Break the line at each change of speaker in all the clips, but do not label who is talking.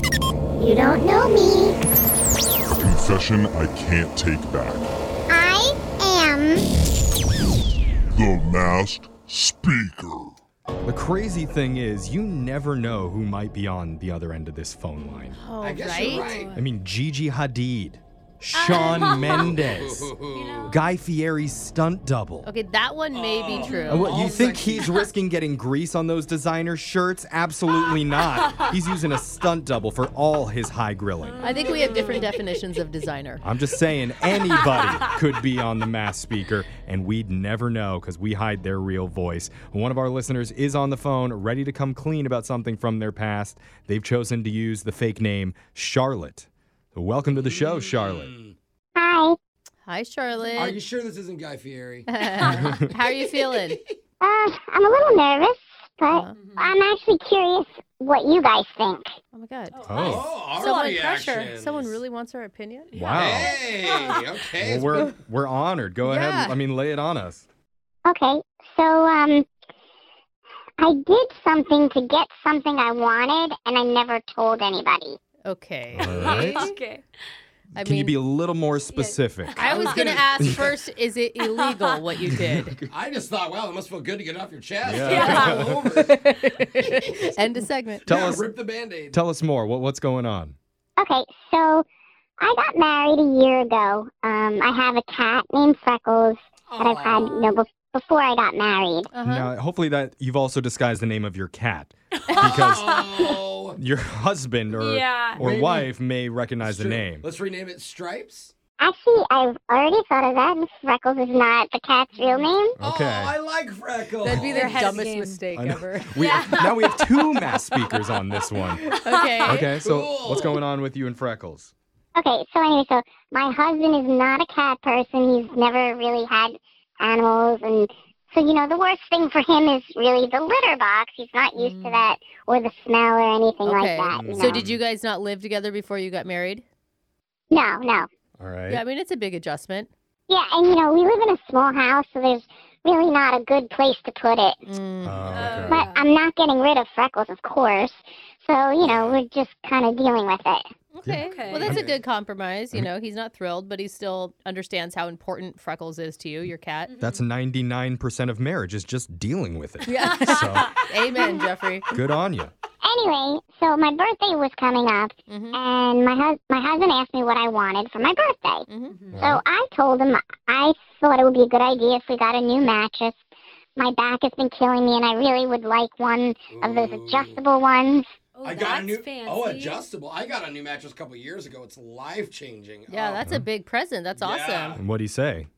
You don't know me.
A confession I can't take back.
I am.
The Masked Speaker.
The crazy thing is, you never know who might be on the other end of this phone line.
Oh,
I guess
right?
you're right.
I mean, Gigi Hadid, Sean Mendes, Guy Fieri's stunt double.
Okay, that one may
Oh.
be true.
Uh, what, you
All
think
sexy.
he's risking getting grease on those designer shirts? Absolutely not. He's using a stunt double for all his high grilling.
I think we have different definitions of designer.
I'm just saying, anybody could be on the mass speaker, and we'd never know because we hide their real voice. One of our listeners is on the phone, ready to come clean about something from their past. They've chosen to use the fake name Charlotte. Welcome to the show,
Mm.
Charlotte.
Hi.
Hi, Charlotte.
Are you sure this isn't Guy Fieri?
How are you feeling?
Uh, I'm a little nervous, but
Uh-huh.
I'm actually curious what you guys think.
Oh my God.
Oh,
our
Someone pressure.
reactions.
Someone really wants our opinion.
wow.
Hey,
Well,
okay.
Oh. we're, we're honored. Go ahead.
Yeah.
I mean, lay it on us.
Okay, so, um, I did something to get something I wanted, and I never told anybody.
Okay.
All right.
Okay.
I
Can you
mean,
be a little more specific?
I was gonna ask first, is it illegal what you did?
I just thought, wow, it must feel good to get it off your chest.
Yeah.
Yeah.
All over. Yeah,
End of segment.
Tell us-
Rip the band-aid.
Tell us more. What, what's going on?
Okay, so I got married a year ago. Um, I have a cat named Freckles that I've had, you know, bef- before I got married.
Uh-huh.
Now, hopefully that you've also disguised the name of your cat because
oh.
your husband or
Yeah.
or
Maybe.
wife may recognize the
Sure.
name.
Let's rename it Stripes.
Actually, I've already thought of that, and Freckles is not the cat's real name.
Okay.
Oh, I like Freckles. Oh,
That'd be
their
the
head
dumbest
game.
mistake
I know.
ever.
We now we have two mass speakers on this one.
Okay.
Okay, so what's
Cool.
going on with you and Freckles?
Okay, so anyway, so my husband is not a cat person. He's never really had animals, and so you know the worst thing for him is really the litter box. He's not used to that, or the smell, or anything
Mm. Okay.
like that. You
So
know?
did you guys not live together before you got married?
no, no,
All right.
Yeah, I mean it's a big adjustment.
yeah, and you know we live in a small house, so there's really not a good place to put it.
Mm.
Oh, okay.
But I'm not getting rid of Freckles, of course. So you know we're just kind of dealing with it.
Okay.
Okay.
Well, that's a
Okay.
good compromise. You know, he's not thrilled, but he still understands how important Freckles is to you, your cat.
That's 99% of marriage is just dealing with it.
Yeah.
So
Amen, Jeffrey.
good on you.
Anyway, so my birthday was coming up,
Mhm.
and my hus- my husband asked me what I wanted for my birthday.
Mhm.
So I told him I thought it would be a good idea if we got a new mattress. My back has been killing me, and I really would like one of those
Ooh.
adjustable ones.
Oh,
I got a new
that's fancy.
oh adjustable. I got a new mattress a couple years ago. It's life changing.
Yeah,
oh.
that's a big present. That's
Yeah.
awesome.
And what'd he say?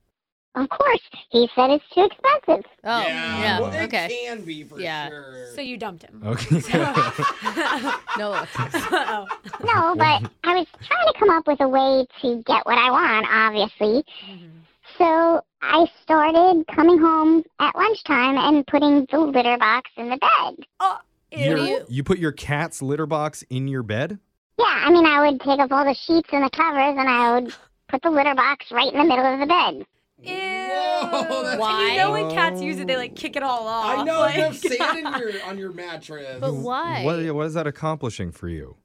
Of course, he said it's too expensive.
Oh,
yeah.
yeah.
Well,
okay.
It can be for
Yeah.
sure.
So you dumped him.
Okay.
No.
oh.
No, but I was trying to come up with a way to get what I want, obviously. So I started coming home at lunchtime and putting the litter box in the bed.
oh
you you put your cat's litter box in your bed?
Yeah, I mean, I would take up all the sheets and the covers, and I would put the litter box right in the middle of the bed.
Ew.
Whoa, that's-
And
Why?
you know when cats use it, they like kick it all off.
I know
Like,
you have sand in your on your mattress.
But why?
What, what is that accomplishing for you?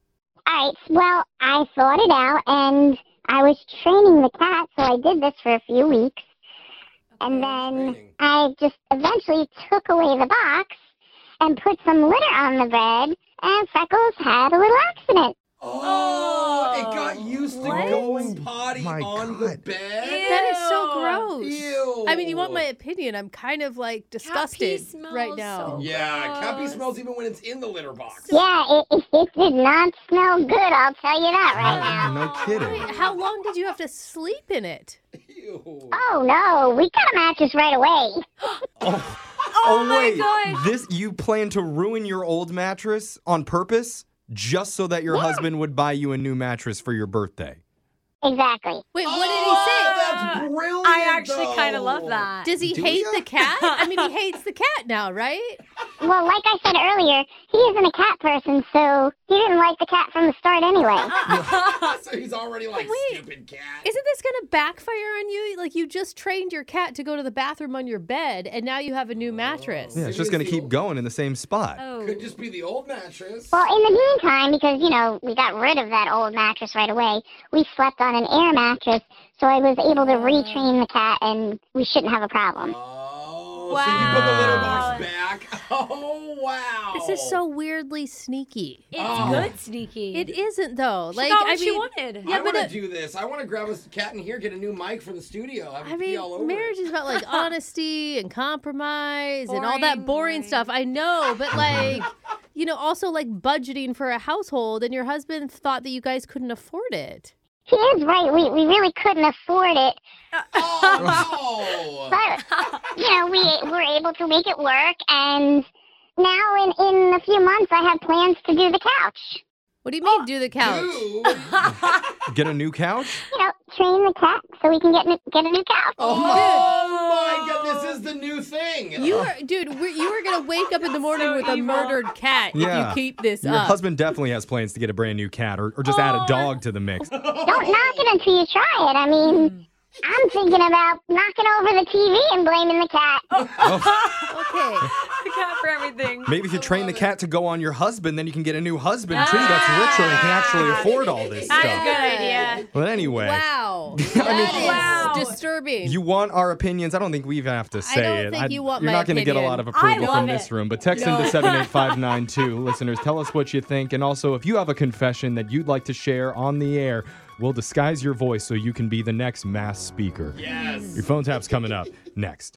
All right. Well, I thought it out, and I was training the cat, so I did this for a few weeks, and then
Training.
I just eventually took away the box and put some litter on the bed, and Freckles had a little accident.
Oh, it got
Oh.
used to
What?
going potty
My
on the
God.
bed.
That is so
Ew.
gross.
Ew.
I mean, you want my opinion? I'm kind of like disgusted right
smells
now.
so-
Yeah, cat pee
Gross.
smells even when it's in the litter box.
Yeah, it, it, it did not smell good. I'll tell you that right now.
No, no
Wait,
kidding.
how long did you have to sleep in it?
Ew.
Uh,
Oh no, we got a mattress right away.
Oh, my
wait,
God.
this you plan to ruin your old mattress on purpose just so that your husband would buy you a new mattress for your birthday.
Exactly.
Wait,
Oh,
what did he say?
That's brilliant.
I actually kind of love
though.
that.
Does he
Do
hate
ya?
the cat? I mean, he hates the cat now, right?
well, like I said earlier, he isn't a cat person, so he didn't like the cat from the start anyway.
so he's already like stupid cat.
Isn't this going to backfire on you? Like you just trained your cat to go to the bathroom on your bed, and now you have a new mattress.
Yeah, it's just going to keep going in the same spot.
Oh.
Could just be the old mattress.
Well, in the meantime, because, you know, we got rid of that old mattress right away, we slept on an air mattress, so I was able to retrain the cat, and we shouldn't have a problem.
Oh, so you put the litter box back. Oh wow.
This is so weirdly sneaky.
It's
Oh.
good, sneaky.
It isn't though.
She
Like
got what
I
she
mean,
wanted.
yeah,
I
but
want to
it-
do this. I want to grab a s- cat in here, get a new mic for the studio. I,
I
would be all over
mean, marriage
it.
is about like honesty and compromise and all that
Boring,
boring
boring.
stuff. I know, but like, you know, also like budgeting for a household, and your husband thought that you guys couldn't afford it.
He is right. We, we really couldn't afford it,
Oh no.
but, you know, we were able to make it work, and now in, in a few months, I have plans to do the couch.
What do you mean, do the couch?
Dude.
Get a new couch?
You know, train the cat so we can get, n- get a new couch.
Oh my god, this is the new thing.
You are, dude. We're, you are gonna wake up in the morning with a murdered cat if
Yeah.
you keep this
Your
up.
husband definitely has plans to get a brand new cat or, or just add
Oh,
a dog to the mix.
Don't knock it until you try it. I mean, I'm thinking about knocking over the TV and blaming the cat.
okay.
the cat for everything.
Maybe if you train the cat to go on your husband, then you can get a new husband too
Ah.
that's richer and can actually afford all this
That's a
stuff.
good idea.
But anyway.
Wow.
Wow.
that is disturbing.
You want our opinions? I don't think we even have to say
don't
it.
think you want
are
my
not to get a
opinion.
lot of
I
approval
love
from this
it.
room, but text into 78592. Listeners, tell us what you think. And also, if you have a confession that you'd like to share on the air, we'll disguise your voice so you can be the next mass speaker.
Yes.
Your phone tap's coming up next.